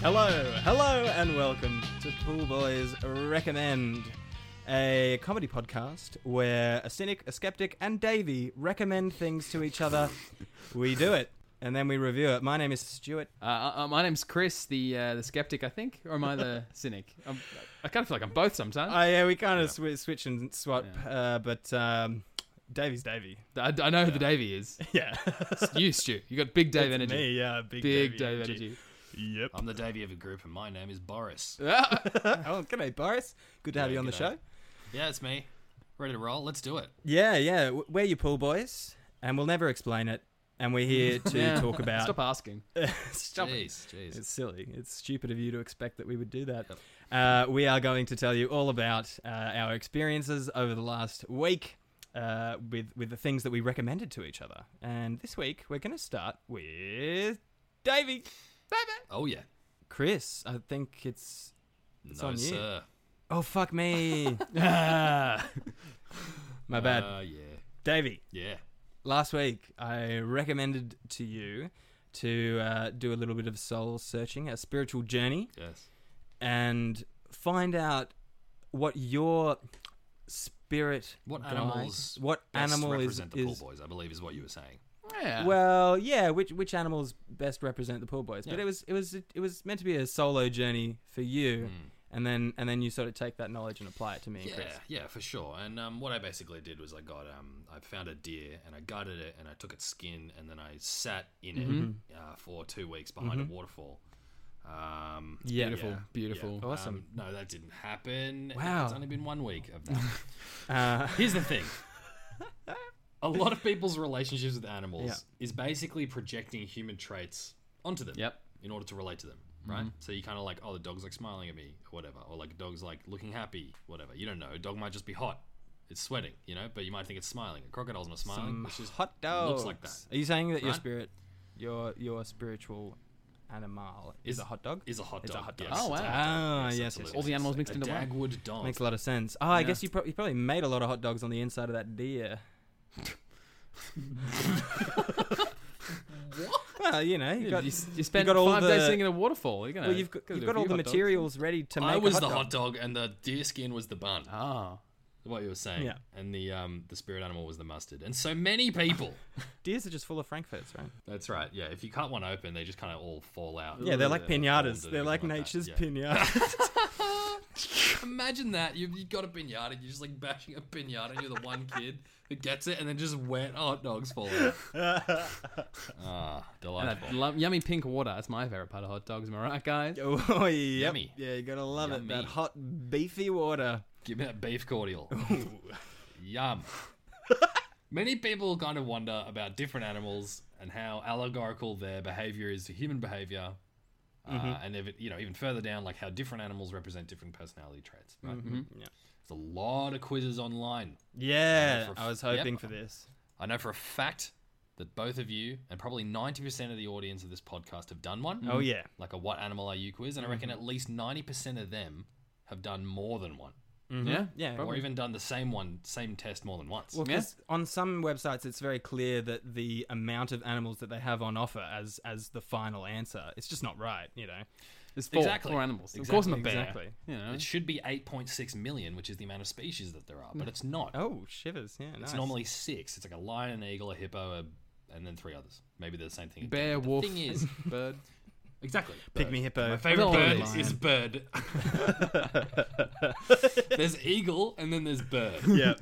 Hello, hello, and welcome to Pool Boys Recommend, a comedy podcast where a cynic, a skeptic, and Davey recommend things to each other. we do it, and then we review it. My name is Stuart. Uh, uh, my name's Chris, the uh, the skeptic, I think, or am I the cynic? I'm, I kind of feel like I'm both sometimes. Oh, yeah, we kind of swi switch and swap, uh, but um, Davey's Davey. I, I know who the Davey is. Yeah, It's you, Stu. You got big Dave energy. me. Yeah, big, Davey Big Dave energy. Yep. I'm the Davey of a group, and my name is Boris. oh, g'day, Boris. Good to have Yeah, you on the g'day. show. Yeah, it's me. Ready to roll? Let's do it. Yeah, yeah. w- We're your pool boys, and we'll never explain it. And we're here to Yeah. talk about. Stop asking. Stop it. Jeez, jeez. It's silly. It's stupid of you to expect that we would do that. Uh, we are going to tell you all about uh, our experiences over the last week uh, with with the things that we recommended to each other. And this week we're going to start with Davey, oh yeah. Chris. I think it's no on you. sir. oh fuck me, Ah. my bad, Uh, yeah, Davey. yeah. Last week, I recommended to you to uh, do a little bit of soul searching, a spiritual journey, Yes. and find out what your spirit, What guides- animals what Best animal is, represent the is- pool boys? I believe is what you were saying. yeah. well, yeah, which which animals best represent the pool boys? But Yeah. it was it was it was meant to be a solo journey for you, and then and then you sort of take that knowledge and apply it to me and Hmm. Yeah, Chris. yeah, for sure. And um, what I basically did was I got um, I found a deer and I gutted it and I took its skin and then I sat in Mm-hmm. it uh, for two weeks behind a waterfall. Um, Yeah. Beautiful, yeah, beautiful. yeah. Awesome. Um, no, that didn't happen. Wow. It's only been one week of that. Uh, Here's the thing. A lot of people's relationships with animals Yeah. is basically projecting human traits onto them. Yep. In order to relate to them, Mm-hmm. right? So you kind of like, oh, the dog's like smiling at me, or whatever, or like a dog's like looking happy, whatever. You don't know. A dog might just be hot. It's sweating, you know, but you might think it's smiling. A crocodile's not smiling. It's just hot dogs. Looks like that. Are you saying that your Right? spirit, your your spiritual animal is, Is- a hot dog? Is a hot dog. It's a hot dog. Yes, Oh, it's a wow. hot dog. Ah, yes, yes, absolutely. All the animals mixed a into one. Dagwood dog. Makes a lot of sense. Oh, I Yeah. guess you, pro- you probably made a lot of hot dogs on the inside of that deer. what? Well, you know, you you, got, you, you spent got all five the- days sitting in a waterfall. You're gonna, well, you've got, gotta you've do a got all few the hot dogs. materials ready to make. I a was hot the dog. hot dog, and the deer skin was the bun. Ah. what you were saying. Yeah. And the um the spirit animal was the mustard. And so many people. Deers are just full of frankfurts, right? That's right. Yeah. If you cut one open, they just kind of all fall out. Yeah, they're like fall pinatas. into They're like everything that. nature's Yeah. pinata. Imagine that you've, you've got a pinata, you're just like bashing a pinata, and you're the one kid who gets it, and then just wet hot dogs fall out. ah, And that delightful. lo- yummy pink water. That's my favorite part of hot dogs. Am I right, guys? oh, yep. Yummy. Yeah, you gotta love it. That Yummy. hot, beefy water. Give me that beef cordial. Yum. Many people kind of wonder about different animals and how allegorical their behavior is to human behavior, uh, Mm-hmm. and if it, you know even further down, like how different animals represent different personality traits. Right? Yeah. There's a lot of quizzes online. Yeah, for a I f- was hoping yep. for this. I know for a fact that both of you and probably 90% of the audience of this podcast have done one. Oh yeah. Like a what animal are you quiz, and I reckon at least 90% of them have done more than one. Yeah. Mm-hmm. Yeah. Or even done the same one, same test more than once. Well, Yeah. 'cause on some websites, it's very clear that the amount of animals that they have on offer as as the final answer, it's just not right, you know. There's four, Exactly. four animals. Of Exactly. course, I'm a bear. Exactly. You know. It should be 8.6 million, which is the amount of species that there are, but it's not. Oh shivers! Yeah, It's nice. normally six. It's like a lion, an eagle, a hippo, a, and then three others. Maybe they're the same thing. The Bear, wolf, thing is- bird. Exactly. Pygmy hippo. My favorite Oh, bird lion. is bird. there's eagle, and then there's bird. yeah.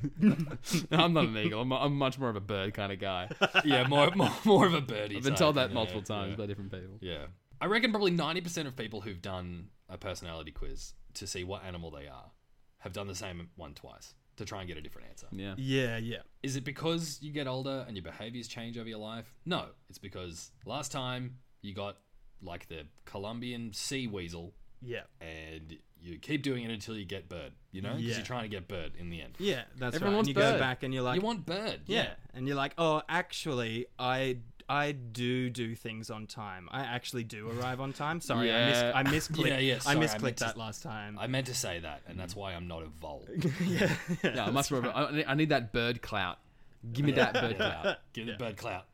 I'm not an eagle. I'm, I'm much more of a bird kind of guy. I've yeah, more, more more of a birdie. been type, told that yeah, multiple yeah, times by different people. Yeah. I reckon probably ninety percent of people who've done a personality quiz to see what animal they are have done the same one twice to try and get a different answer. Yeah. Yeah, yeah. Is it because you get older and your behaviors change over your life? No, it's because last time you got like the Colombian sea weasel Yeah. and you keep doing it until you get bird, you know? Because Yeah. you're trying to get bird in the end. Yeah, that's Everyone right. And wants you go bird. back and you're like you want bird. yeah. and you're like, "Oh, actually, I I do do things on time. I actually do arrive on time. Sorry, Yeah. I mis I misclicked. Yeah, yeah, sorry, I I meant misclicked to- that last time. I meant to say that, and that's why I'm not a vole. yeah. Yeah, I'm much more of a, I, I need that bird clout. Give me that bird clout. Give the bird clout.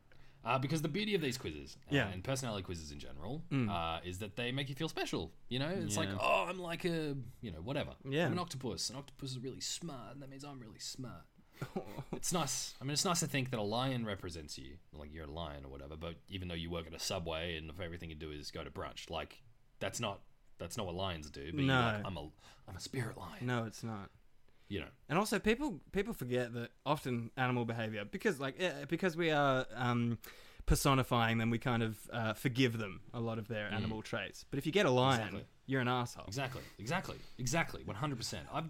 Uh, because the beauty of these quizzes uh, Yeah. Mm. and personality quizzes in general uh, is that they make you feel special. You know, it's like, Yeah. oh, I'm like a, you know, whatever. Yeah. I'm an octopus. An octopus is really smart. And that means I'm really smart. it's nice. I mean, it's nice to think that a lion represents you. Like, you're a lion or whatever. But even though you work at a subway and if everything you do is go to brunch, like, that's not. That's not what lions do, but you're like, No. I'm a, I'm a spirit lion. No, it's not. You know, And also, people people forget that often animal behavior because like eh, because we are um, personifying them, we kind of uh, forgive them a lot of their animal traits. But if you get a lion, Mm. Exactly. you're an asshole exactly, exactly, exactly, 100%. I've,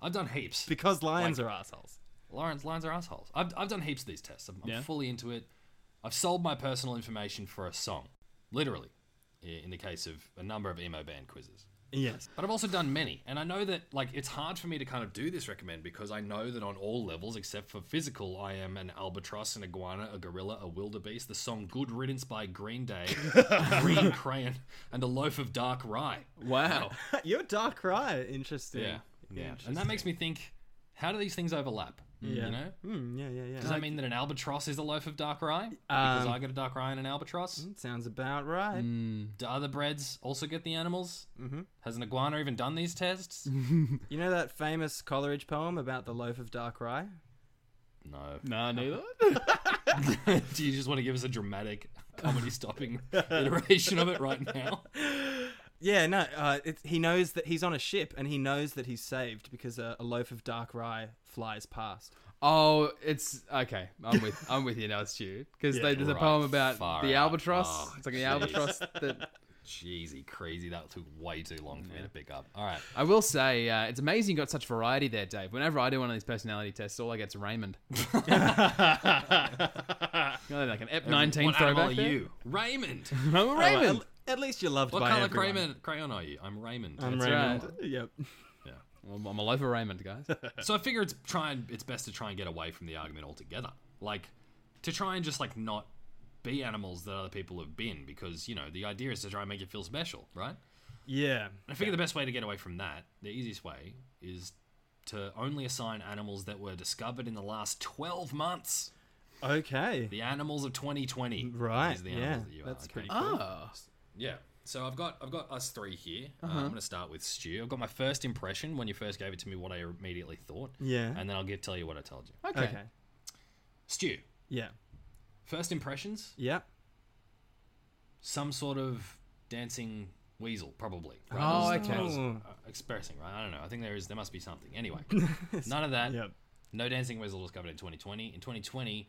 I've done heaps. because lions Like- are assholes. Lawrence, lions are assholes. I've, I've done heaps of these tests. I'm, I'm Yeah. fully into it. I've sold my personal information for a song, literally, i- in the case of a number of emo band quizzes. Yes. But I've also done many, and I know that like it's hard for me to kind of do this recommend because I know that on all levels, except for physical, I am an albatross, an iguana, a gorilla, a wildebeest. The song "Good Riddance" by Green Day, Green Crayon, and a loaf of dark rye. Wow. Your dark rye, interesting. Yeah, yeah, and that makes me think: How do these things overlap? Yeah. You know, Hmm, yeah, yeah, yeah. Does that mean that an albatross is a loaf of dark rye? Because Um, I get a dark rye and an albatross. That Hmm, sounds about right. Do other breads also get the animals? Mm-hmm. Has an iguana even done these tests? You know that famous Coleridge poem about the loaf of dark rye? no. nah, neither. Do you just want to give us a dramatic comedy stopping iteration of it right now? Yeah, no. Uh, it's he knows that he's on a ship and he knows that he's saved because a, a loaf of dark rye flies past. oh, it's okay. I'm with I'm with you now, Stu. Because Yeah. there's a Right, poem about far the out. albatross. Oh, it's like the jeez. albatross that Jeezy, crazy. That took way too long for me to pick up. All right. I will say uh, it's amazing you got such variety there, Dave. Whenever I do one of these personality tests, all I get's Raymond. You know, like an Ep 19 what throwback. animal are there. you? Raymond. I'm a Well, Raymond. At, at least you're loved What by color everyone. crayon, crayon are you? I'm Raymond. I'm That's Raymond. right. Yep. Yeah. I'm, I'm a loaf of Raymond, guys. So I figure it's try and it's best to try and get away from the argument altogether. Like to try and just like not be animals that other people have been because you know the idea is to try and make you feel special, right? Yeah. I figure the best way to get away from that, the easiest way, is to only assign animals that were discovered in the last 12 months. Okay. The animals of 2020. Right, These are the yeah, animals that you are. that's okay. pretty oh. Yeah. So I've got I've got us three here. Uh, Uh-huh. I'm going to start with Stu. I've got my first impression when you first gave it to me, what I immediately thought. Yeah. And then I'll get tell you what I told you. Okay. Okay. Stu, Yeah. first impressions, Yeah. some sort of dancing weasel, probably. Oh, That's what I okay. was, Oh. uh, expressing, right? I don't know. I think there is there must be something. Anyway, none of that. Yep. No dancing weasel was covered in 2020. In 2020,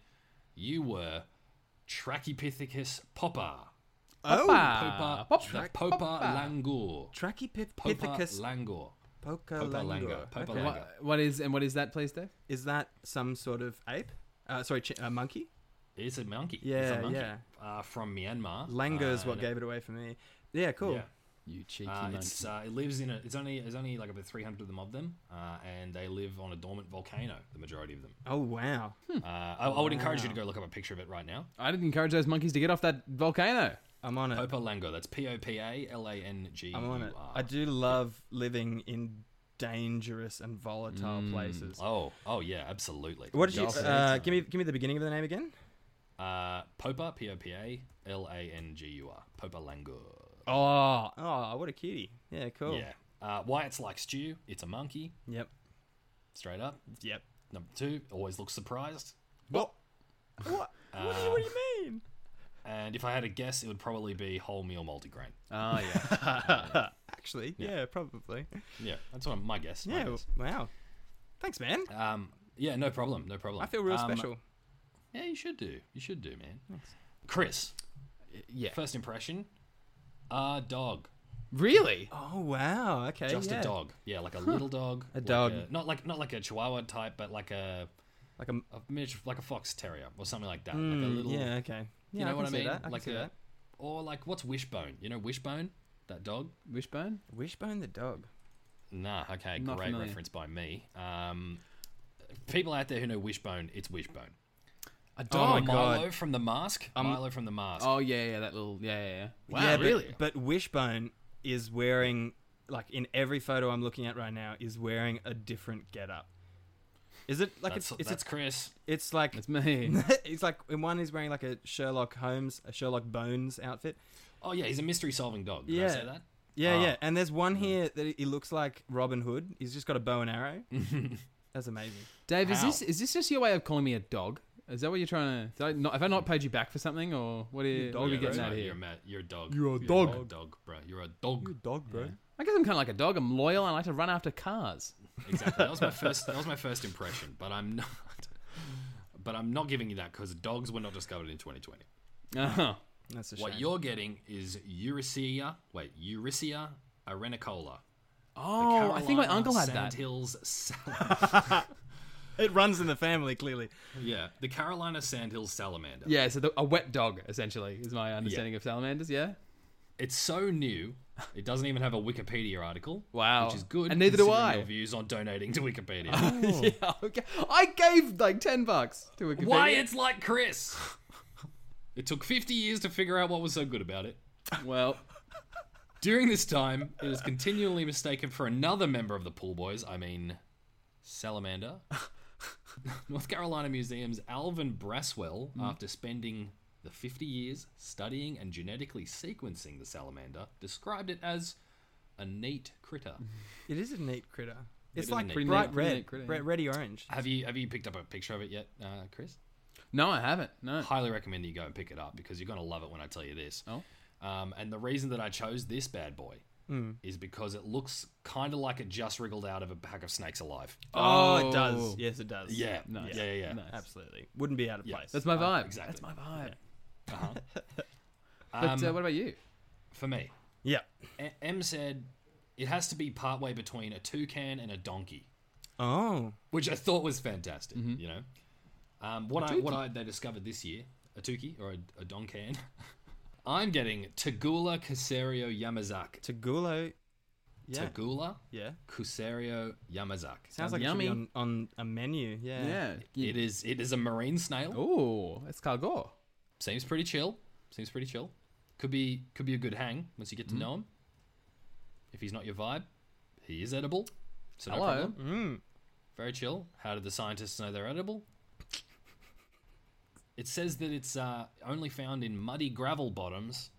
you were Trachypithecus popper. Oh. Popa, Ah, pop- the track- Popa popper. langur. Popa Trachypithecus langur. pocolangua. Pocolanga. Pocolanga. Okay. What, what is and what is that, please, Dave? Is that some sort of ape? Uh, sorry, chi- uh, monkey. It's a monkey. it's Yeah, a monkey. yeah. Uh, from Myanmar. Langur is Uh, what gave it away for me. Yeah. Cool. yeah. You cheeky Uh, it's uh, it lives in a. It's only there's only like about 300 of them of them, uh, and they live on a dormant volcano. The majority of them. Oh wow. Uh, I, I would encourage you to go look up a picture of it right now. I didn't encourage those monkeys to get off that volcano. I'm on it. Popa langur. That's P O P A L A N G U I'm on R. it. I do love living in dangerous and volatile places. Oh, oh yeah, absolutely. What did you Dolphin. uh, give me? Give me the beginning of the name again. Uh, Popa P O P A L A N G U R. Popa langur. Oh, oh, what a cutie! Yeah, cool. Yeah. Uh, why it's like stew? It's a monkey. Yep, Straight up. yep. Number two, always looks surprised. What? What? what, do you, what do you mean? And if I had a guess, it would probably be wholemeal multigrain. Uh, Oh yeah. Actually, yeah, probably. Yeah, that's what my guess. my Yeah. guess. Wow. Thanks, man. Um, yeah, no problem, no problem. I feel real Um, special. Yeah, you should do. You should do, man. Chris, yeah. first impression, a dog, Really? Oh wow. Okay. just yeah. a dog. Yeah, like a little dog. A like dog. not like not like a Chihuahua type, but like a, Like a. a miniature, like a fox terrier or something like that. like a Mm, little. yeah. Okay. Yeah, You know I can what I see mean? That. I like can see a, that. or like what's Wishbone? You know Wishbone, that dog. Wishbone? Wishbone the dog. Nah, okay, Not great familiar. reference by me. Um, people out there who know Wishbone, it's Wishbone. Oh my A Oh, dog. Milo God. Um, from the Mask. Milo from the Mask. Oh, yeah, yeah, that little yeah, yeah, yeah. Wow, yeah, but- really? But, Wishbone is wearing like in every photo I'm looking at right now is wearing a different getup. Is it like that's, it's it's, that's it's, Chris. it's like It's me. it's like in one he's wearing like a Sherlock Holmes, a Sherlock Bones outfit. Oh yeah, he's a mystery solving dog. Did I Yeah. say that? Yeah, Ah. yeah. And there's one here that he looks like Robin Hood. He's just got a bow and arrow. That's amazing. Dave, is How? this is this just your way of calling me a dog? Is that what you're trying to? Did I not, have I not paid you back for something, or what are you, what are we Yeah, that's getting at right. here? You're a, ma- you're a dog. You're a You're dog. a dog, bro. You're a dog. dog, bro. I guess I'm kind of like a dog. I'm loyal. I like to run after cars. Exactly. That was my first. That was my first impression. But I'm not. But I'm not giving you that because dogs were not discovered in 2020. Uh-huh. That's a shame. What you're getting is Eurysia. Wait, Eurysia arenicola. Oh, I think my Carolina uncle had that. Sandhills sal- it runs in the family, clearly. yeah, the Carolina Sandhills salamander. Yeah, so the, a wet dog essentially is my understanding of salamanders. Yeah. It's so new, it doesn't even have a Wikipedia article. Wow. Which is good. And neither do considering I. Your views on donating to Wikipedia. yeah. Okay. I gave like ten bucks to a. Why it's like Chris? It took 50 years to figure out what was so good about it. Well, During this time, it is continually mistaken for another member of the Pool Boys, I mean, Salamander. North Carolina Museum's Alvin Braswell, Hmm. after spending the 50 years studying and genetically sequencing the salamander, described it as a neat critter. Mm-hmm. It is a neat critter. It's is a like neat bright critter. Pretty red, neat critter, red, yeah. reddy orange. Have you have you picked up a picture of it yet, uh, Chris? no, I haven't. No. Highly recommend you go and pick it up because you're gonna love it when I tell you this. Oh. Um, and the reason that I chose this bad boy Hmm. is because it looks kind of like it just wriggled out of a pack of snakes alive. Oh, Oh. it does. Yes, it does. Yeah, Nice. yeah, yeah, yeah. Nice. absolutely. Wouldn't be out of Yeah. place. That's my vibe. Oh, exactly. That's my vibe. Um, But uh, what about you? for me, yeah. A- M said it has to be partway between a toucan and a donkey, Oh, which I thought was fantastic. Mm-hmm. You know, um, what I what I they discovered this year, a tuki or a, a doncan. I'm getting Tagula Casario Yamazak. Tagulo. Yeah. Tagula yeah. Casario Yamazak. Sounds like it should yummy. be on, on a menu. Yeah. yeah. It is it is a marine snail. Oh, it's Cargor. Seems pretty chill. Seems pretty chill. Could be could be a good hang once you get Mm-hmm. to know him. If he's not your vibe, he is edible. So no Hello. problem. Very chill. How did the scientists know they're edible? It says that it's uh, only found in muddy gravel bottoms,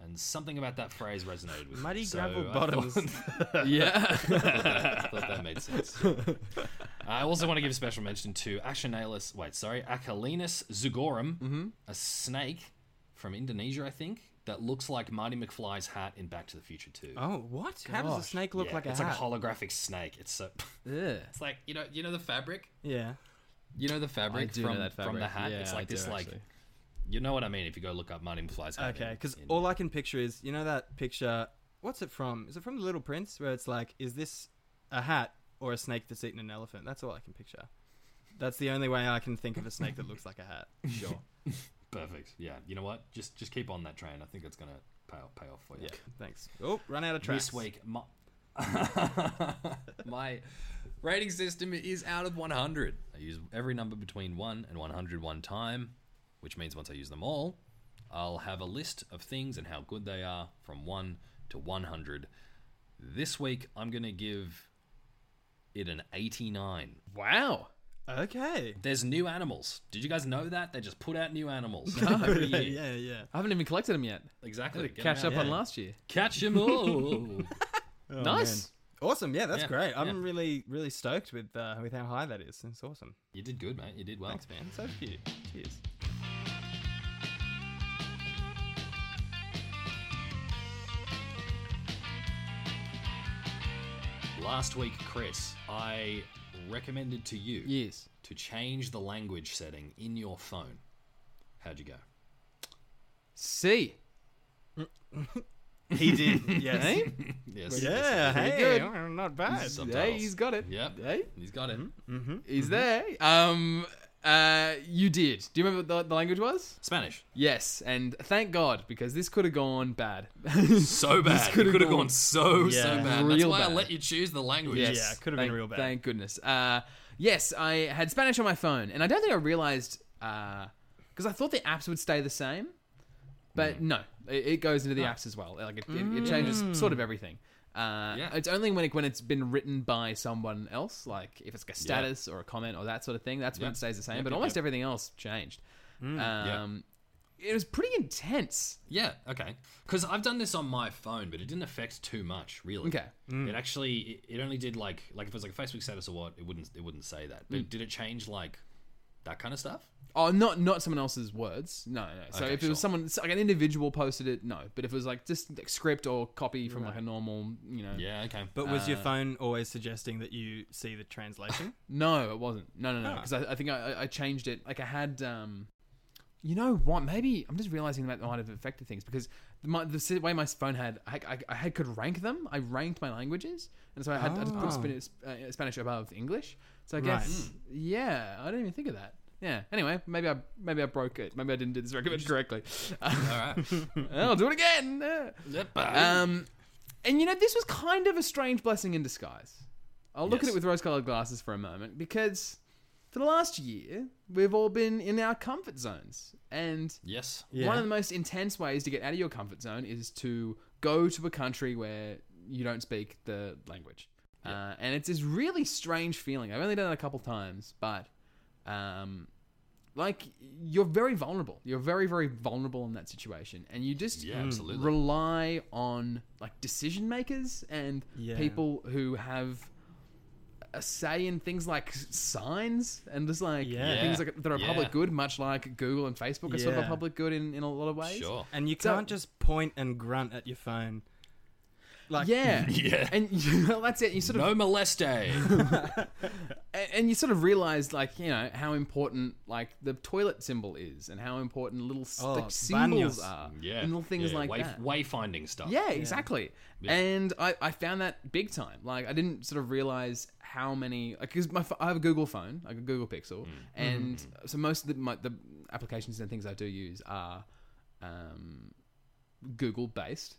and something about that phrase resonated with me. Muddy So gravel I thought- bottoms. Mm. yeah. thought that made sense. I also want to give special mention to Achinalus, wait, sorry, Acalinus zugorum, Mm-hmm. a snake from Indonesia, I think, that looks like Marty McFly's hat in Back to the Future 2. oh, what? How does a Gosh. snake look Yeah, like a it's hat? like a holographic snake. It's so Ugh. it's like you know you know the fabric yeah. you know the I fabric do from know that fabric. from the hat. Yeah, it's like I do, this like actually. you know what I mean if you go look up Marty McFly's hat. Okay, in- because in- all I can picture is you know that picture. What's it from? Is it from The Little Prince? Where it's like, is this a hat or a snake that's eaten an elephant? That's all I can picture. That's the only way I can think of a snake that looks like a hat. sure. Perfect. Yeah. You know what? Just just keep on that train. I think it's gonna pay off, pay off for you. Yeah, thanks. Oh, run out of tracks. This week, my, my rating system is out of 100. I use every number between 1 and 100 one time, which means once I use them all, I'll have a list of things and how good they are from 1 to 100. This week, I'm going to give it an 89. Wow. Okay. There's new animals. Did you guys know that? They just put out new animals every year. Yeah, yeah. I haven't even collected them yet. Exactly. Get 'em Catch out. up on Yeah. last year. Catch 'em all. nice. Awesome. Yeah, that's Yeah, great. I'm yeah. really, really stoked with uh, with how high that is. It's awesome. you did good, mate. You did well. Thanks, man. So cute. Cheers. Last week, Chris, I recommended to you Yes. to change the language setting in your phone. How'd you go? C. He did. yes. Yes. Yeah. Pretty Hey, good. oh, not bad. Some- Hey, he's got it. Yep. Mm-hmm. Hey, He's got it. Mm-hmm. he's there. Um, uh, you did. Do you remember what the, the language was? Spanish. Yes, and thank God because this could have gone bad. So bad. It could've could have gone gone so, so Yeah. bad. That's real why I bad. let you choose the language. Yes. Yeah, could have been Thank- real bad. Thank goodness. Uh, yes, I had Spanish on my phone, and I don't think I realized because I thought the apps would stay Hmm. the Hmm. same, but no, it, it goes into the apps as well. Like it, it, it changes sort of everything. Uh, Yeah. It's only when it, when it's been written by someone else, like if it's like a status or a comment or that sort of thing, that's when Yep. it stays the same. Yep, but yep, almost yep. everything else changed. Hmm, Yeah. Um, It was pretty intense. Yeah, okay. Because I've done this on my phone, but it didn't affect too much, really. Okay. It actually, it, it only did like, like if it was like a Facebook status or what, it wouldn't, it wouldn't say that. Mm. But did it change like that kind of stuff? Oh, not not someone else's words. No, no. So Okay, if it was sure. someone so, like an individual posted it, no. But if it was like just like, script or copy from like a normal, you know, Yeah, okay. But was your phone always suggesting that you see the translation? No, it wasn't. No, no, no. Ah. Because I, I think I, I- I changed it. Like I had, um, you know what? Maybe I'm just realizing that might have affected things because the, my, the si- way my phone had, I, I, I had could rank them. I ranked my languages, and so I had I just Ah. put Oh. Spanish, uh, Spanish above English. So I Right. Hmm. guess, yeah, I didn't even think of that. Yeah. Anyway, maybe I maybe I broke it. Maybe I didn't do this recommend correctly. All right. I'll do it again. Uh, Yep. um, and you know, this was kind of a strange blessing in disguise. I'll look at Yes. it with rose colored glasses for a moment because for the last year, we've all been in our comfort zones. And yes. one of the most intense ways to get out of your comfort zone is to go to a country where you don't speak the language. Uh, and it's this really strange feeling. I've only done it a couple times, but um, like you're very vulnerable. You're very, very vulnerable in that situation, and you just Yeah, absolutely. rely on like decision makers and Yeah. people who have a say in things like signs and just like Yeah. things like that are Yeah. public good, much like Google and Facebook are sort of a Yeah. public good in, in a lot of ways. Sure. and you So- can't just point and grunt at your phone. Like Yeah. Yeah. And you know, that's it. You sort of No moleste. and- and you sort of realize like you know how important like the toilet symbol is and how important little s Oh, like, symbols baños. are yeah. and little things yeah, like wayf- that. Wayfinding stuff. Yeah, exactly. Yeah. And I, I found that big time. Like I didn't sort of realize how many like because my ph- I have a Google phone, like a Google Pixel, and so most of the my, the applications and things I do use are um, Google based.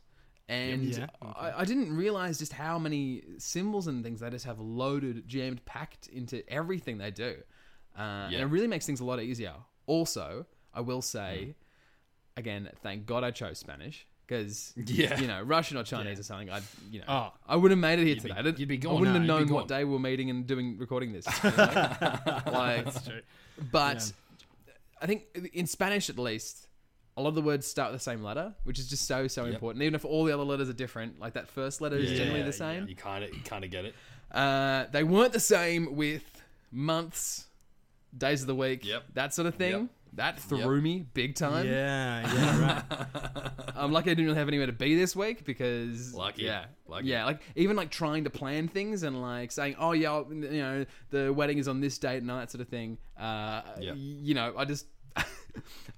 And Yeah, I, I didn't realize just how many symbols and things they just have loaded, jammed, packed into everything they do. Uh, And Yeah. it really makes things a lot easier. Also, I will say Hmm. again, thank God I chose Spanish because Yeah. you know Russian or Chinese or something. I you know Oh. I would have made it here be- today. I didn't- you'd be I gone. No, wouldn't have you'd be known what gone. day we we're meeting and doing recording this. you know? like, true. but I think in Spanish at least. A lot of the words start with the same letter, which is just so so important. Even if all the other letters are different, like that first letter is generally Yeah, the same. You kind of, you kind of get it. Uh, they weren't the same with months, days of the week, Yep. that sort of thing. Yep. That threw me big time. Yeah, yeah, right. I'm lucky I didn't really have anywhere to be this week because Lucky. yeah, Lucky. yeah, like even like trying to plan things and like saying, oh yeah, I'll- you know, the wedding is on this date and all that sort of thing. Uh, Yeah. y- you know, I just,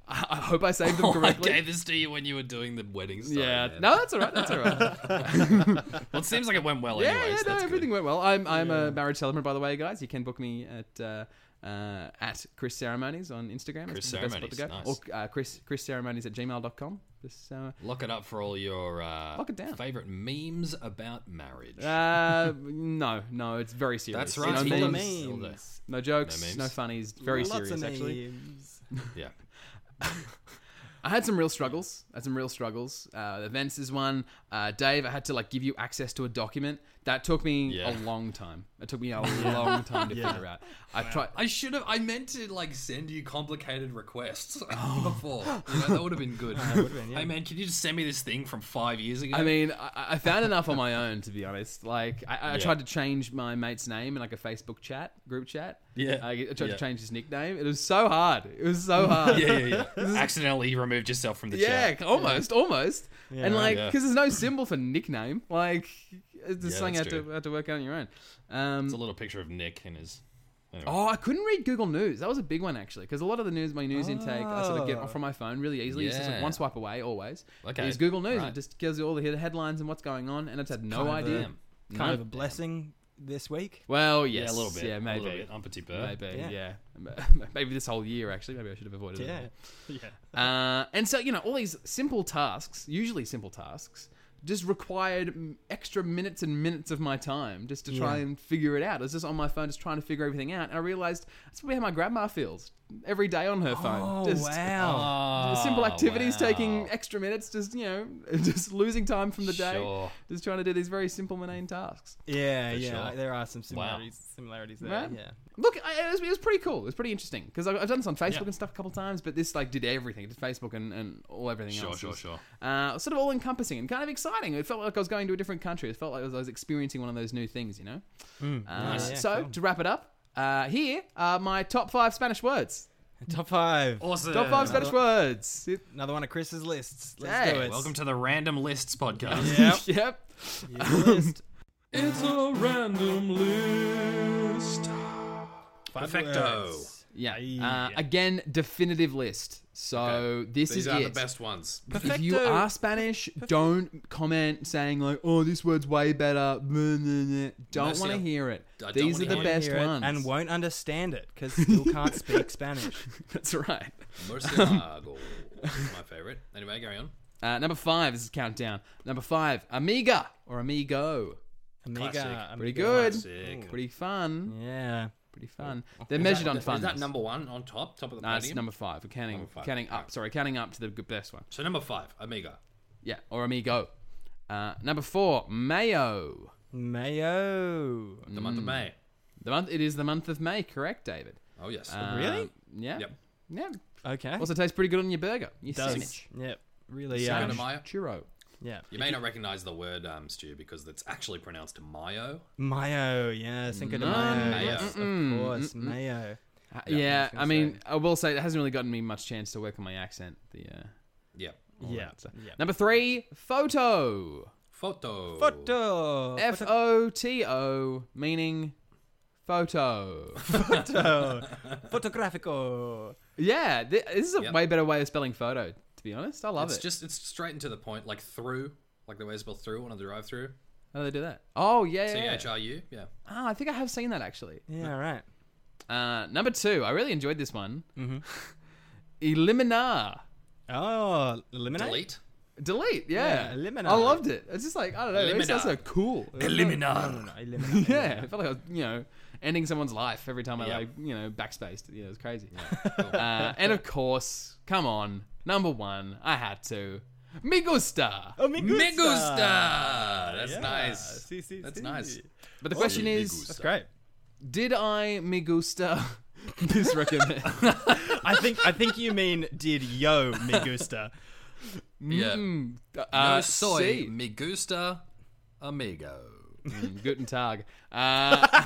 I I hope I saved them Oh, I correctly. gave this to you when you were doing the wedding stuff. yeah, man. no, that's all right. That's all right. Well, it seems like it went well yeah, anyways. yeah, no, That's everything good. went well. I'm, I'm a marriage celebrant, by the way, guys. You can book me at. Uh, uh, at Chris Ceremonies on Instagram. Chris That's the best spot to Ceremonies, go. Or uh, Chris, Chris Ceremonies at gmail.com. Just, uh, Lock it up for all your uh, Lock it down. favorite memes about marriage. uh, no, no, it's very That's serious. You right. know, All Full the memes. things- memes. All the- No jokes, No memes. no, funnies. Very Lots serious, of actually. memes. yeah. I had some real struggles. I had some real struggles. Uh, events is one. Uh, Dave, I had to like give you access to a document that took me Yeah. a long time. It took me a long time to Yeah. figure out. I tried. I should have. I meant to like send you complicated requests before. You know, that would have been good. would've been, yeah. Hey man, can you just send me this thing from five years ago? I mean, I, I found enough on my own to be honest. Like, I, I Yeah. tried to change my mate's name in like a Facebook chat group chat. Yeah. I, I tried Yeah. to change his nickname. It was so hard. It was so hard. yeah, yeah, yeah. Accidentally you removed yourself from the Yeah, chat. almost, almost. and like, Yeah. because there's no symbol for nickname. Like, it's Yeah, something you that's have to, true. have to work out on your own. Um, It's a little picture of Nick and his. anyway. oh, I couldn't read Google News. That was a big one actually, because a lot of the news, my news intake, I sort of get Oh. from my phone really easily. It's just like Yeah. one swipe away always. Okay, It's Google News. and right. It just gives you all the he- headlines and what's going on, and I just had no kind of idea. a- Kind No. of a blessing this week. Well, yes, yeah, a little bit. Yeah, maybe. A little bit. Un petit peu. Maybe, Yeah. yeah. Maybe this whole year, actually. Maybe I should have avoided it. Yeah. Uh, and so, you know, all these simple tasks, usually simple tasks, just required m- extra minutes and minutes of my time just to try and figure it out. I was just on my phone, just trying to figure everything out, and I realized that's probably how my grandma feels every day on her phone. Just- Oh, wow. the simple Oh, activities wow. taking extra minutes, just you know, just losing time from the day, Sure. just trying to do these very simple mundane tasks. yeah, For yeah. sure. There are some similarities similarities there. Right? Yeah. Look, I, it, was, it was pretty cool. It was pretty interesting because I've done this on Facebook Yeah. and stuff a couple times, but this like did everything, did Facebook and, and all everything Sure, else. sure, is, sure. Uh, sort of all encompassing and kind of exciting. It felt like I was going to a different country. It felt like I was, I was experiencing one of those new things, you know. Hmm. Mm, Uh, nice. Yeah, so cool. to wrap it up, uh, here are my top five Spanish words. Top five. Awesome. Top five Spanish words. It- Another one of Chris's lists. Let's Hey, do it. Welcome to the Random Lists podcast. Yep. yep. Your list. It's a random list. Five Perfecto. words. Yeah. Yeah. Uh, again, definitive list. So Okay. this These is are it. the best ones. If you Perfecto. are Spanish, don't comment saying like, "Oh, this word's way better." blah, blah, blah. Don't see, want I- to hear it. I don't These wanna are the hear it. best Hear it ones. And won't understand it because still can't speak Spanish. That's right. Murcielago. my favorite. Anyway, carry on. Uh, number five this is countdown. Number five, amiga or amigo. Amiga, Classic. Pretty Amiga. good. Sick. Pretty fun. Yeah. Pretty fun. They're measured on Oh, fun. Is that number one on top, top of the No, it's podium? number five. We're counting, Number five. counting up. Sorry, counting up to the good- best one. so number five, Amiga. Yeah, or amigo. Uh, number four, mayo. Mayo. Mm. The month of May. The month it is the month of May, correct, David? Oh yes. Um, Really? yeah. Yep. Yeah. Okay. Also tastes pretty good on your burger. Your Eh? Does. sandwich. Yep. Really. Second um, of Mayo. Churro. yeah. You may not recognize the word, um, Stu, because it's actually pronounced Mayo. Mayo. Yeah. Cinco de Mayo. Mayo. Yes, of course. Mayo. Uh, Yeah, Yeah, I was gonna I mean, say. I will say it hasn't really gotten me much chance to work on my accent. The uh, Yeah. all Yeah, that stuff. yeah. Number three, photo. Photo. Oh, Photo. F O T O, meaning photo. Photo. Fotografico. yeah, thi- this is a Yep. way better way of spelling photo. To be honest, I love It's it. just it's straight and to the point, like through, like the way it's spelled through on a drive-through. How do they do that? Oh yeah, C yeah, yeah. H R U. Yeah. Ah, I think I have seen that actually. Yeah. Right. Uh, number two, I really enjoyed this one. Eliminar. Oh, eliminate. Delete. Delete, yeah. Yeah, eliminate. I loved it. It's just like, I don't know, it sounds so Eliminate. cool. Eliminar. Eliminate. Yeah, I felt like I was, you know, ending someone's life every time I, Yeah. like, you know, backspaced. Yeah, it was crazy. uh, and of course, come on, number one, I had to. Me gusta. Oh, me gusta. Me gusta. That's Yeah. nice. Si, si, That's si. nice. But the question me is, gusta. That's great. did I me gusta this recommend? I think I think you mean did yo me gusta. Yeah. Mm, No uh, soy. sí. Me gusta. Amigo. Mm, Guten Tag. Uh,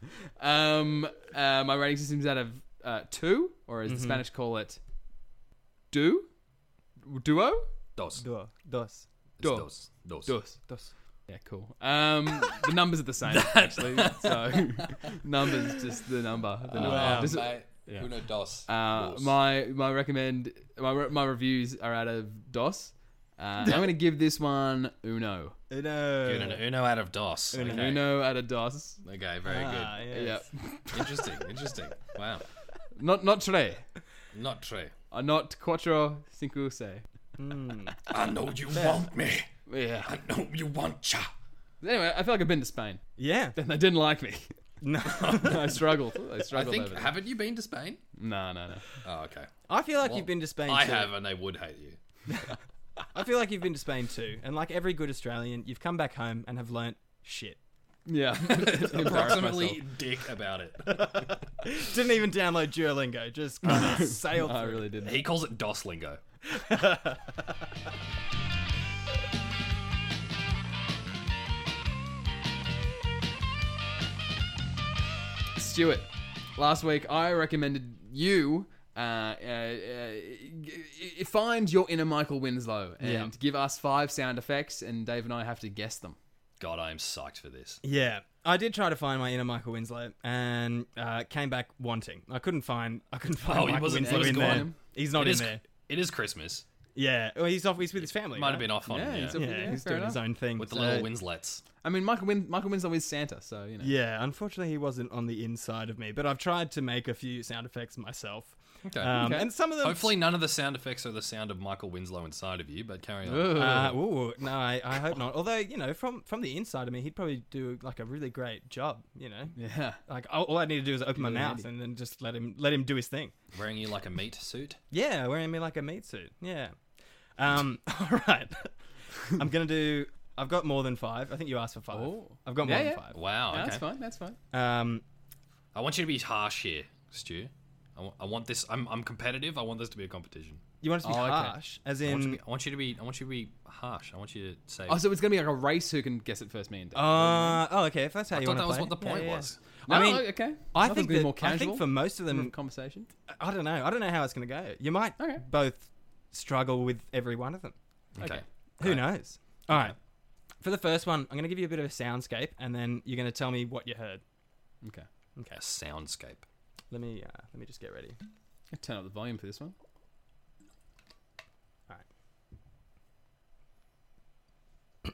um, uh, my rating system's out of uh, two, or as the Spanish call it, do, duo, Dos. Dos. Dos. It's Dos. Dos. Dos. dos. Dos. Yeah, cool. Um, the numbers are the same actually. So numbers, just the number. The number. Wow, Just- Um, Mate, Uno dos. uh, Dos. my my recommend my re- my reviews are out of dos. Uh, I'm gonna give this one uno. Uno. Good, an Uno out of dos. okay. Uno out of dos. Okay, very Ah, good. yes. Yeah, Interesting, interesting. Wow. not not tre. Not true. are not quattro cinco say. I know you want me. Yeah. I know you want ya. Anyway, I feel like I've been to Spain Yeah. and they didn't like me. No. I struggled. I I struggled think, over that. haven't you been to Spain? No, no, no. Oh, okay. I feel like Well, you've been to Spain. I too. have, and they would hate you. I feel like you've been to Spain too, and like every good Australian, you've come back home and have learnt shit. Yeah. Embarrassed myself. Approximately dick about it. Didn't even download Duolingo, just kind of sailed I through. really didn't. He calls it DOS lingo. Stuart, last week I recommended you uh, uh, uh, g- find your inner Michael Winslow and Yeah. give us five sound effects, and Dave and I have to guess them. God, I am psyched for this. Yeah, I did try to find my inner Michael Winslow and uh, came back wanting. I couldn't find. I couldn't find Oh, he Michael wasn't- he Winslow in wasn't there. gone. He's not It in is, there. it is Christmas. Yeah, well, he's off. He's with his family. Might right? have been off on Yeah, yeah, he's a- Yeah, Yeah, he's fair doing his enough. own thing. with the so- little winslets. I mean, Michael, Win- Michael Winslow is Santa, so you know. Yeah, unfortunately, he wasn't on the inside of me, but I've tried to make a few sound effects myself. Okay. Um, Okay. And some of them. Hopefully, none of the sound effects are the sound of Michael Winslow inside of you. But carry on. Uh, ooh, no, I, I hope not. Although, you know, from, from the inside of me, he'd probably do like a really great job, you know? yeah. Like all, all I need to do is open my Really mouth handy. and then just let him let him do his thing. Wearing you like a meat suit. Yeah, wearing me like a meat suit. Yeah. Um, all right. I'm gonna do. I've got more than five. I think you asked for five. Oh. I've got more Yeah, than yeah. Wow. No, Okay. That's fine. That's fine. five. Um, I want you to be harsh here, Stu. I wa- I want this. I'm, I'm competitive. I want this to be a competition. you want it to be Oh, okay. harsh, as I want, you to in. be, I want you to be. I want you to be harsh. I want you to say. Oh, so it's gonna be like a race who can guess it first, me and Dan. Uh, oh, okay. If that's how I you thought want that to was play. what the it. Yeah, point yeah. was. no, I mean, okay. I Nothing's think been that, more casual. I think for most of More of a them, conversation. I don't know. I don't know how it's gonna go. You might Okay. both struggle with every one of them. Okay. Okay. Who knows? All right. For the first one, I'm gonna give you a bit of a soundscape, and then you're gonna tell me what you heard. Okay. A soundscape. Let me uh, let me just get ready. I turn up the volume for this one. All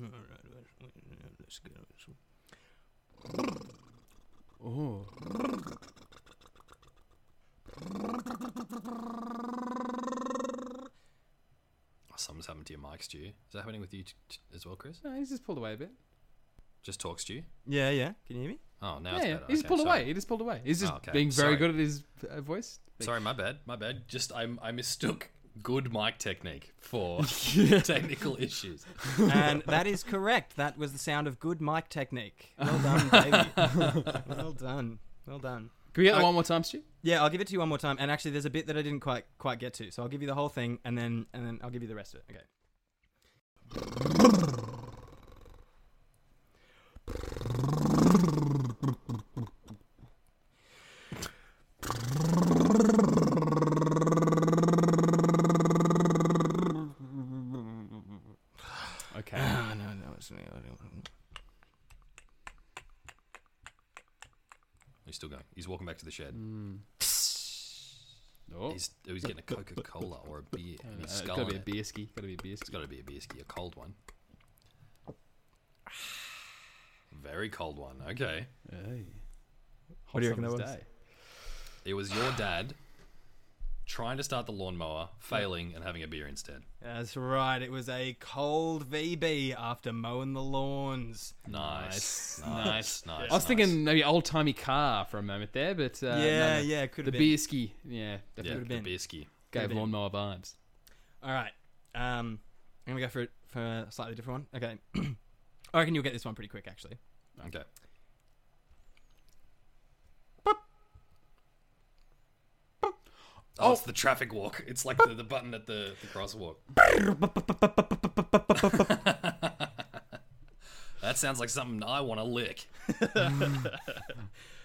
right, let's go. Oh. Oh, Something's happened to your mic, Stu. Is that happening with you t- t- as well, Chris? No, he's just pulled away a bit. Just talk, Stu. Yeah, yeah. Can you hear me? Oh, now Yeah, it's yeah. better. He's Okay, pulled sorry. away. He just pulled away. He's just Oh, okay. being very Sorry. good at his uh, voice. Sorry, my bad. My bad. Just I, I mistook good mic technique for technical issues. Oh, And that is correct. That was the sound of good mic technique. Well done, baby. well done. Well done. Can we get that Okay. one more time, Stu? Yeah, I'll give it to you one more time. And actually, there's a bit that I didn't quite quite get to, so I'll give you the whole thing, and then and then I'll give you the rest of it. Okay. Okay. no, no, it's not. He's still going. He's walking back to the shed. Mm. Oh. He's, he's getting a Coca Cola or a beer. And he's Uh, gotta sculling be a it. beer ski. Gotta be a beer It's ski. got to be a beer ski, a cold one. Very cold one. Okay. Hey. What do you reckon that was? It was your dad trying to start the lawnmower, failing, and having a beer instead. That's right. It was a cold VB after mowing the lawns. Nice. Nice. Nice. nice. I was nice. thinking maybe old timey car for a moment there, but uh, yeah, no, no. yeah, it could The have been. beer ski, yeah, Yeah, definitely Could've been. the beer ski. could've gave been. lawnmower vibes. All right. Um, I'm gonna go for it for a slightly different one. Okay. I reckon you'll get this one pretty quick, actually. Okay. Oh, it's the traffic walk. It's like the, the button at the, the crosswalk. that sounds like something I want to lick.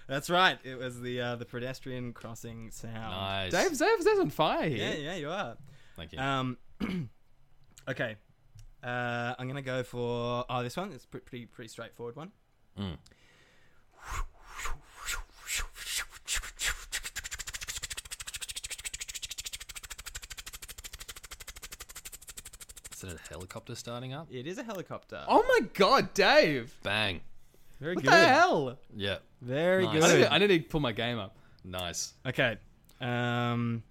That's right. It was the uh, the pedestrian crossing sound. Nice. Dave's, Dave's, Dave's on fire here. Yeah, yeah, you are. Thank you. Um, okay. Uh, I'm gonna go for oh this one. It's pre- pretty pretty straightforward one. Is it a helicopter starting up? It is a helicopter. Oh my god, Dave! Bang. very What good. the hell? Yeah. Very Nice. I need, good. to, I need to pull my game up. Nice. Okay. Um,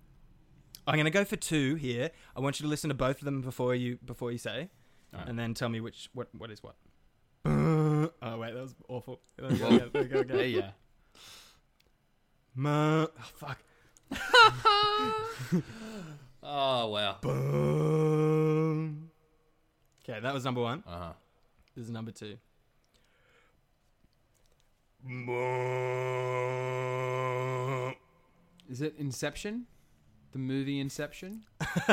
I'm gonna go for two here. I want you to listen to both of them before you before you say, Alright. and then tell me which what what is what. Oh wait, that was awful. There we go again, there we go again. There you are. Ma- oh, fuck. Oh, wow. Boom. Okay, that was number one. Uh huh. This is number two. Is it Inception? The movie Inception?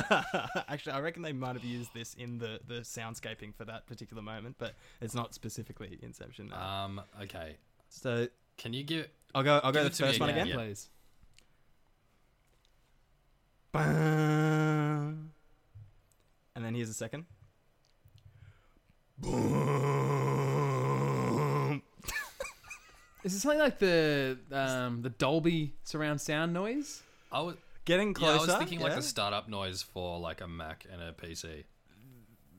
Actually, I reckon they might have used this in the, the soundscaping for that particular moment, but it's not specifically Inception. now. Um, okay. so Can you give. I'll go. I'll go give it to the me first one again, again. yeah. Please. Bam. And then here's a second. Is it something like the um, the Dolby surround sound noise? I was, Getting yeah, closer. I was thinking like yeah? a startup noise for like a Mac and a PC.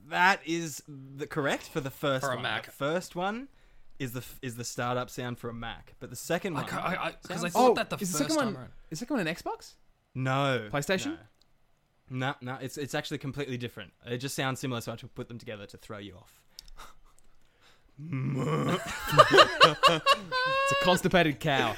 That is the correct for the first For a one. Mac. The first one is the is the startup sound for a Mac, but the second I one ca- I- I- 'cause I Sounds- thought that the Oh, is first the second time one? around. Is the second one an Xbox? No. PlayStation? No, no, no, it's it's actually completely different. It just sounds similar, so I had to put them together to throw you off. It's a constipated cow.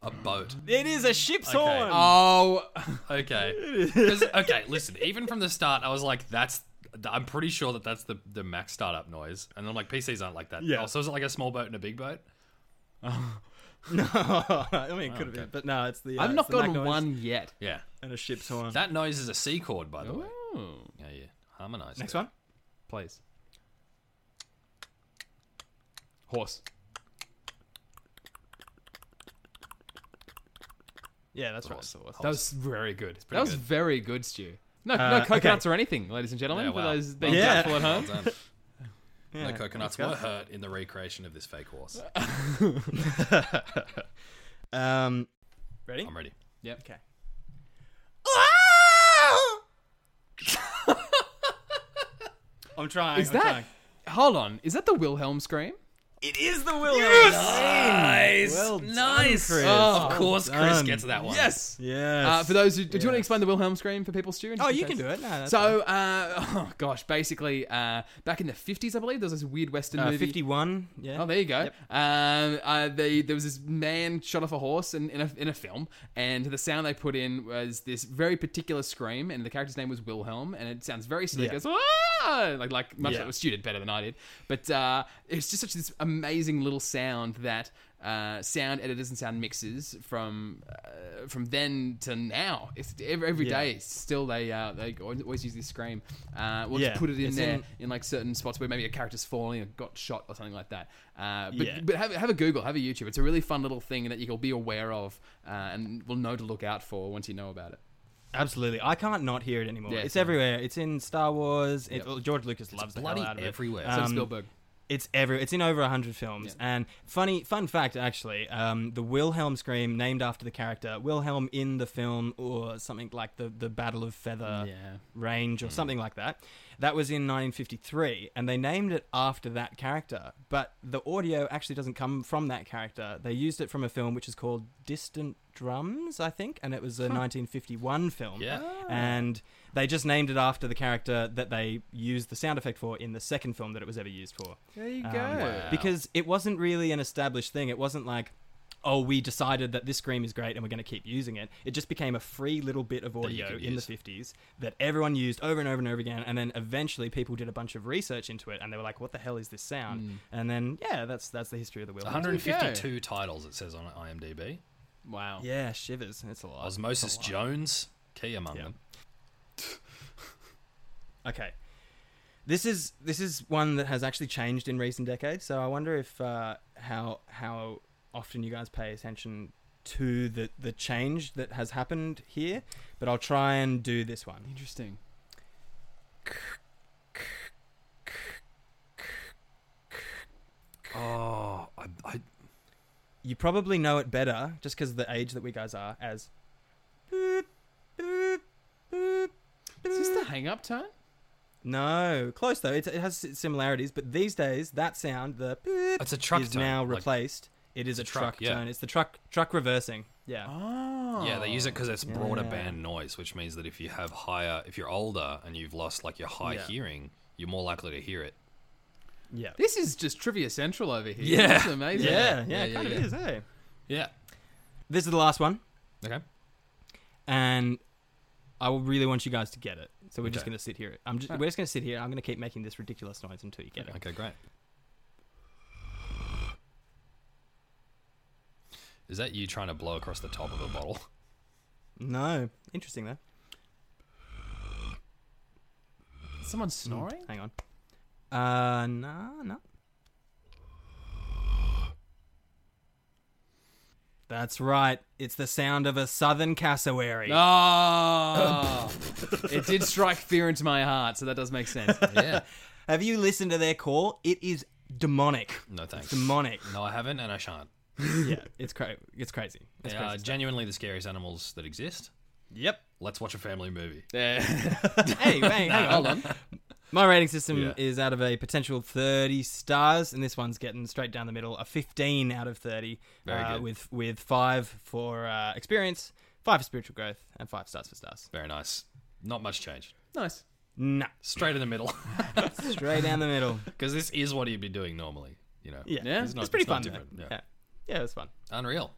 A boat. It is a ship's Okay. horn. Oh, Okay. 'Cause- okay, listen, even from the start, I was like, that's. I'm pretty sure that that's the, the Mac startup noise. And I'm like, PCs aren't like that. Yeah. Oh, so is it like a small boat and a big boat? No, I mean it could have okay. been, but no, it's the. Uh, I've it's not the Mac gotten noise one yet. Yeah. And a ship's horn. That noise is a C chord, by the way. Oh, Yeah, yeah. Harmonized. Next it. one. please. Horse. Yeah, that's right. Horse, horse. That was very good. That pretty was good. very good, Stu. No, Uh, no coconuts or anything, ladies and gentlemen, Yeah, for wow. those being Yeah. doubtful at home. Well done. the Yeah, coconuts let's go. were hurt in the recreation of this fake horse. Um, ready? I'm ready. Okay. I'm trying. Is I'm that? trying. Hold on. Is that the Wilhelm scream? It is the Willow. Nice, Well done, nice. Chris. of Oh, course, well Chris done. gets that one. Yes. Yes. Uh, for those who, do you want to Yes. explain the Wilhelm scream for people, Stu? in Oh, just in you case? can do it. No, that's So, uh, oh gosh, basically, uh, back in the fifties, I believe there was this weird Western fine. uh, movie. 51. Yeah. Oh, there you go. Um, uh, they, there was this man shot off a horse in, in, a, in a film, and the sound they put in was this very particular scream, and the character's name was Wilhelm, and it sounds very silly. Yeah. It goes, "Ah!" like, like much Yeah. like what Stu did better than I did. But uh, it's just such this amazing little sound that uh, sound editors and sound mixers from uh, from then to now, it's, every, every Yeah. day, still they uh, they always use this scream. Uh, we'll Yeah. just put it in It's there in- in like certain spots where maybe a character's falling or got shot or something like that. Uh, but Yeah. but have, have a Google, have a YouTube. It's a really fun little thing that you'll be aware of uh, and will know to look out for once you know about it. Absolutely. I can't not hear it anymore. Yeah, it's same. everywhere. It's in Star Wars. It, well, George Lucas loves the bloody hell out of everywhere. It. So So Um, Spielberg. It's every. It's in over hundred films. And funny, fun fact actually, um, the Wilhelm scream named after the character Wilhelm in the film, or something like the the Battle of Feather yeah. Mm. Range, or something like that. That was in 1953, and they named it after that character. But the audio actually doesn't come from that character. They used it from a film which is called Distant Drums, I think, and it was a 1951 film Yeah. Ah, and they just named it after the character that they used the sound effect for in the second film that it was ever used for. There you Um, go. wow. Because it wasn't really an established thing. It wasn't like, oh, we decided that this scream is great and we're going to keep using it. It just became a free little bit of you audio could in use. the 50s that everyone used over and over and over again. And then eventually people did a bunch of research into it and they were like, what the hell is this sound? Hmm. And then, yeah, that's that's the history of the wheel. 152 titles it says on IMDb. Wow. Yeah, shivers. It's a lot. Osmosis Jones, key among Yeah. them. Okay. This is this is one that has actually changed in recent decades. So I wonder if uh, how how often you guys pay attention to the the change that has happened here. But I'll try and do this one. Interesting. Oh, I, I, You probably know it better just because of the age that we guys are. As boop, boop, boop, Is this boop. the hang up tone? no close though. It, it has similarities, but these days that sound the boop, it's a truck is tone, now like- replaced. it is a truck, truck, yeah. tone. It's the truck truck reversing. Yeah. Oh. yeah, they use it because it's broader Yeah. band noise, which means that if you have higher, if you're older and you've lost like your high Yeah. hearing, you're more likely to hear it. Yeah. This is just trivia central over here. Yeah. This is amazing. Yeah, yeah, Yeah, it yeah, kind of yeah. is, eh? Yeah. This is the last one, Okay. and I will really want you guys to get it. So we're just Okay. going to sit here. I'm just, we're just going to sit here. and I'm going to keep making this ridiculous noise until you get it. Okay, great. Is that you trying to blow across the top of a bottle? No, interesting though. Someone snoring? Hang on. Uh, no, no. That's right. It's the sound of a southern cassowary. Oh. it did strike fear into my heart, so that does make sense. Yeah. Have you listened to their call? It is demonic. No thanks. Demonic. No, I haven't, and I shan't. yeah, it's cra- It's crazy. It's They crazy. are genuinely the scariest animals that exist. Yep. Let's watch a family movie. Yeah. Hey, bang, hang on. Hold on. My rating system Yeah. is out of a potential 30 stars, and this one's getting straight down the middle, a 15 out of 30, Very uh, good. with with five for uh, experience, five for spiritual growth, and five stars for stars. Very nice. Not much change. Nice. Nah, Straight in the middle. straight down the middle. Because this is what he'd be doing normally. You know. Yeah, Yeah. it's, not- pretty it's not fun. though. different, yeah. Yeah. yeah, it's fun. Unreal.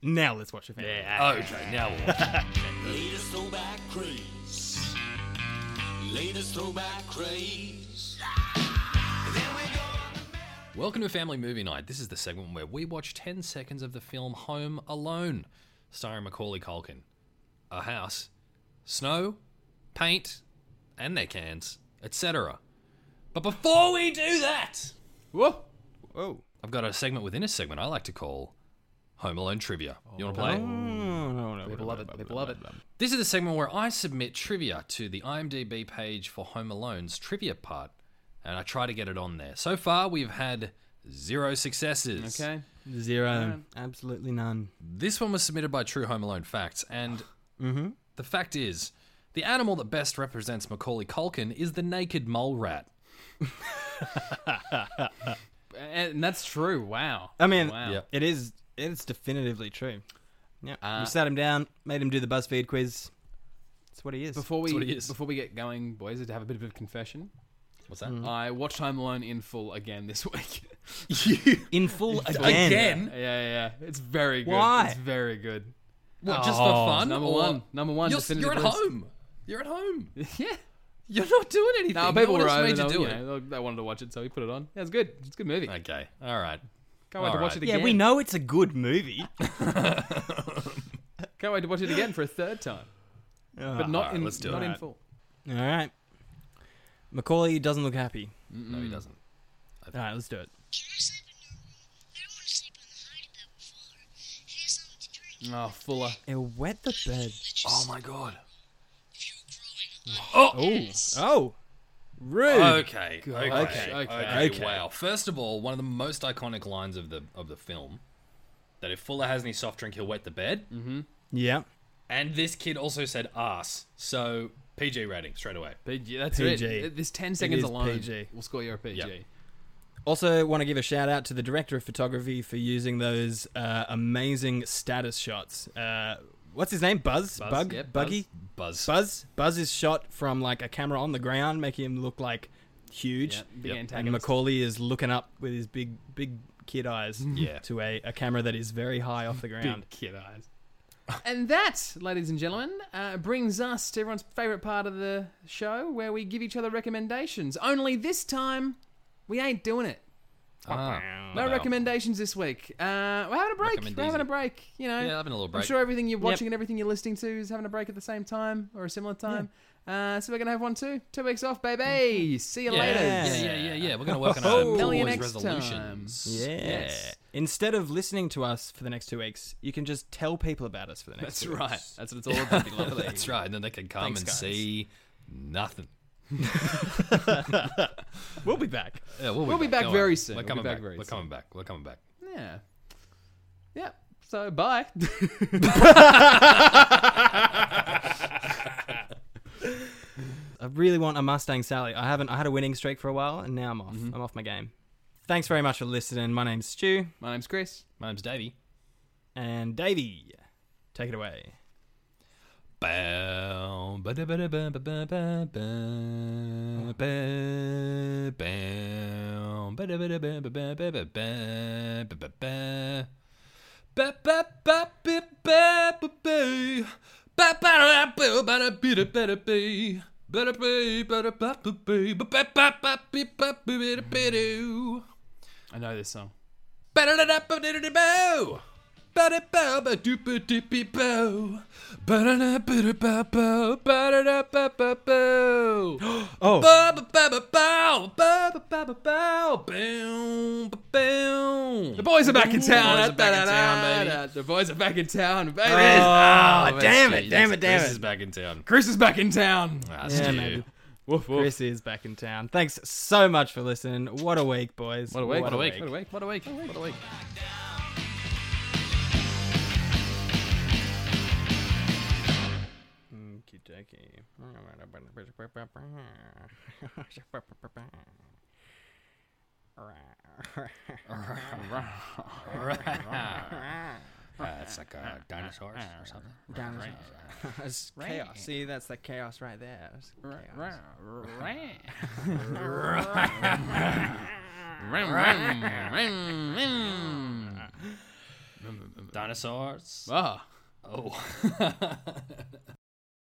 Now let's watch a film. Yeah. Okay, now we'll watch. Latest throwback craze. Latest throwback craze. Welcome to Family Movie Night. This is the segment where we watch 10 seconds of the film Home Alone, starring Macaulay Culkin. A house, snow, paint, and their cans, etc. But before we do that, Whoa. Whoa. I've got a segment within a segment I like to call Home Alone Trivia. You want to play? Oh, no, no, People love it. People love it. This is the segment where I submit trivia to the IMDb page for Home Alone's trivia part, and I try to get it on there. So far, we've had zero successes. Okay. Zero. Absolutely none. This one was submitted by True Home Alone Facts, and Mm-hmm. the fact is, the animal that best represents Macaulay Culkin is the naked mole rat. And that's true. Wow. I mean, Wow. Yeah. it is. It's definitively true. Yeah. Uh, we sat him down, made him do the BuzzFeed quiz. That's what he is. Before we That's what it is. before we get going, boys, I have a bit of a confession. What's Mm-hmm. that? I watched Home Alone in full again this week. In full again. Again? yeah, yeah, yeah. It's very good. Why? It's very good. What, just Oh, for fun? Number or- one. Number one. You're, definitive you're at list. home. You're at home. Yeah. You're not doing anything. No, people one were else over. made you they- do you it. know, They wanted to watch it, so we put it on. Yeah, it's good. It's a good movie. Can't Okay. All right. wait to all watch right. it Yeah, again. we know it's a good movie, Can't wait to watch it again for a third time, but not Alright, in let's do not it. in Alright. full. All right. Macaulay doesn't look happy. No, he doesn't. All right, let's do it. Can I sleep in your room? I don't want to sleep on the hide bed with Fuller. He has something to drink. Oh, Fuller. It'll wet the bed. Oh my god. If you're growing up, Oh, rude. Oh. Okay. Okay. Okay, Okay. okay. Okay. Wow. First of all, one of the most iconic lines of the of the film that if Fuller has any soft drink, he'll wet the bed. Mm-hmm. Yeah. And this kid also said ass. So PG rating straight away. PG. That's PG. it. This ten seconds is alone PG. will score you a PG. Yep. Also, want to give a shout out to the director of photography for using those uh, amazing status shots. Uh, what's his name? Buzz. Bug. yep, Buggy. Buzz. Buzz Buzz is shot from like a camera on the ground, making him look like huge. Yeah, big Yep. And antagonist. Macaulay is looking up with his big big kid eyes Yeah. to a, a camera that is very high off the ground. Big kid eyes. and that, ladies and gentlemen, uh, brings us to everyone's favourite part of the show where we give each other recommendations. Only this time, we ain't doing it. Ah. No Wow. recommendations this week. Uh, we're having a break. We're having a Recommendeasy. break. You know, Yeah, having a little break. I'm sure everything you're watching and everything you're listening to is having a break at the same time or a similar time. Uh, so we're gonna have one too. Two weeks off, baby. See you Yeah, later. yeah, yeah, yeah, yeah. We're gonna work on our Tell you boys' next resolutions. Yeah. Yes. Instead of listening to us for the next two weeks, you can just tell people about us for the next That's two weeks. right. That's what it's all about. Lovely. That's right. And then they can come Thanks, and guys. see nothing. We'll be back. Yeah, we'll, We'll be back Don't very worry. soon. We're We'll be coming back back. very We're soon. coming back. We're coming back. Yeah. Yeah. So bye. I really want a Mustang Sally. I haven't I had a winning streak for a while and now I'm off. Mm-hmm. I'm off my game. Thanks very much for listening. My name's Stu My name's Chris. My name's Davey. and Davey. Take it away. Bow, ba-da, ba-da, ba, ba, ba, ba, ba, ba, bow, ba-da, ba-da, ba, ba, ba, ba, ba, ba, ba, ba, ba. Ba, ba, ba, ba, ba, ba, ba. Ba, ba, da, ba, ba, da, ba, da, ba, da, ba. Ba, da, ba, ba, da, ba, ba, ba. Ba, ba, ba, ba, ba, ba, ba, ba, da, ba, do. I know this song. Ba, da, da, da, ba, da, da, da, bow. Ba, da, bow, ba, doo, ba, doo, be, bow. Ba, da, da, ba, da, ba, bow. Ba, da, da, ba, ba, bow. Oh. Ba, ba, ba, ba, bow. Ba, ba, ba, ba, bow. Bow, ba, bow. The boys are back in town. boys are back in town, baby. Oh, The boys are back in town, baby. Ah, Oh, damn Yes, it, damn it, damn Chris it. is back in town. Chris is back in town. That's Yeah, you. maybe. Woof woof. Chris is back in town. Thanks so much for listening. What a week, boys. What a week. What a week. What a week. What a week. What a week. What a week. Thank you. Okie dokie. it's like a dinosaur ah, or something. That's chaos. See, that's the chaos right there. That's chaos. Dinosaurs. Ah. Oh.